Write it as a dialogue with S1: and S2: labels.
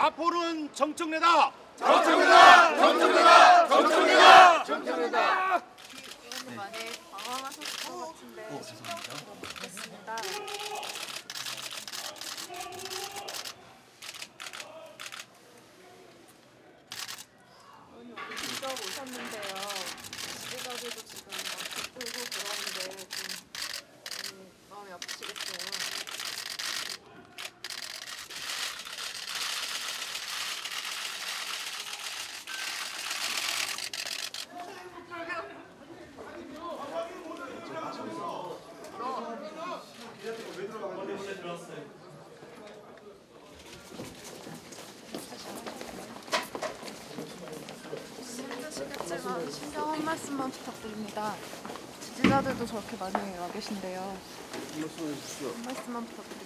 S1: 마포는 정청래다.
S2: 많이 방황하셨을 것 같은데 신경 좀 먹겠습니다. 오늘 직접 오셨는데요. 집에 가서도 지금 막 들고 그러는데 좀 많이 마음이 아프시겠어요. 힘드시겠지만 신경 한 말씀만 부탁드립니다. 지지자들도 저렇게 많이 와 계신데요. 한 말씀만 부탁드립니다.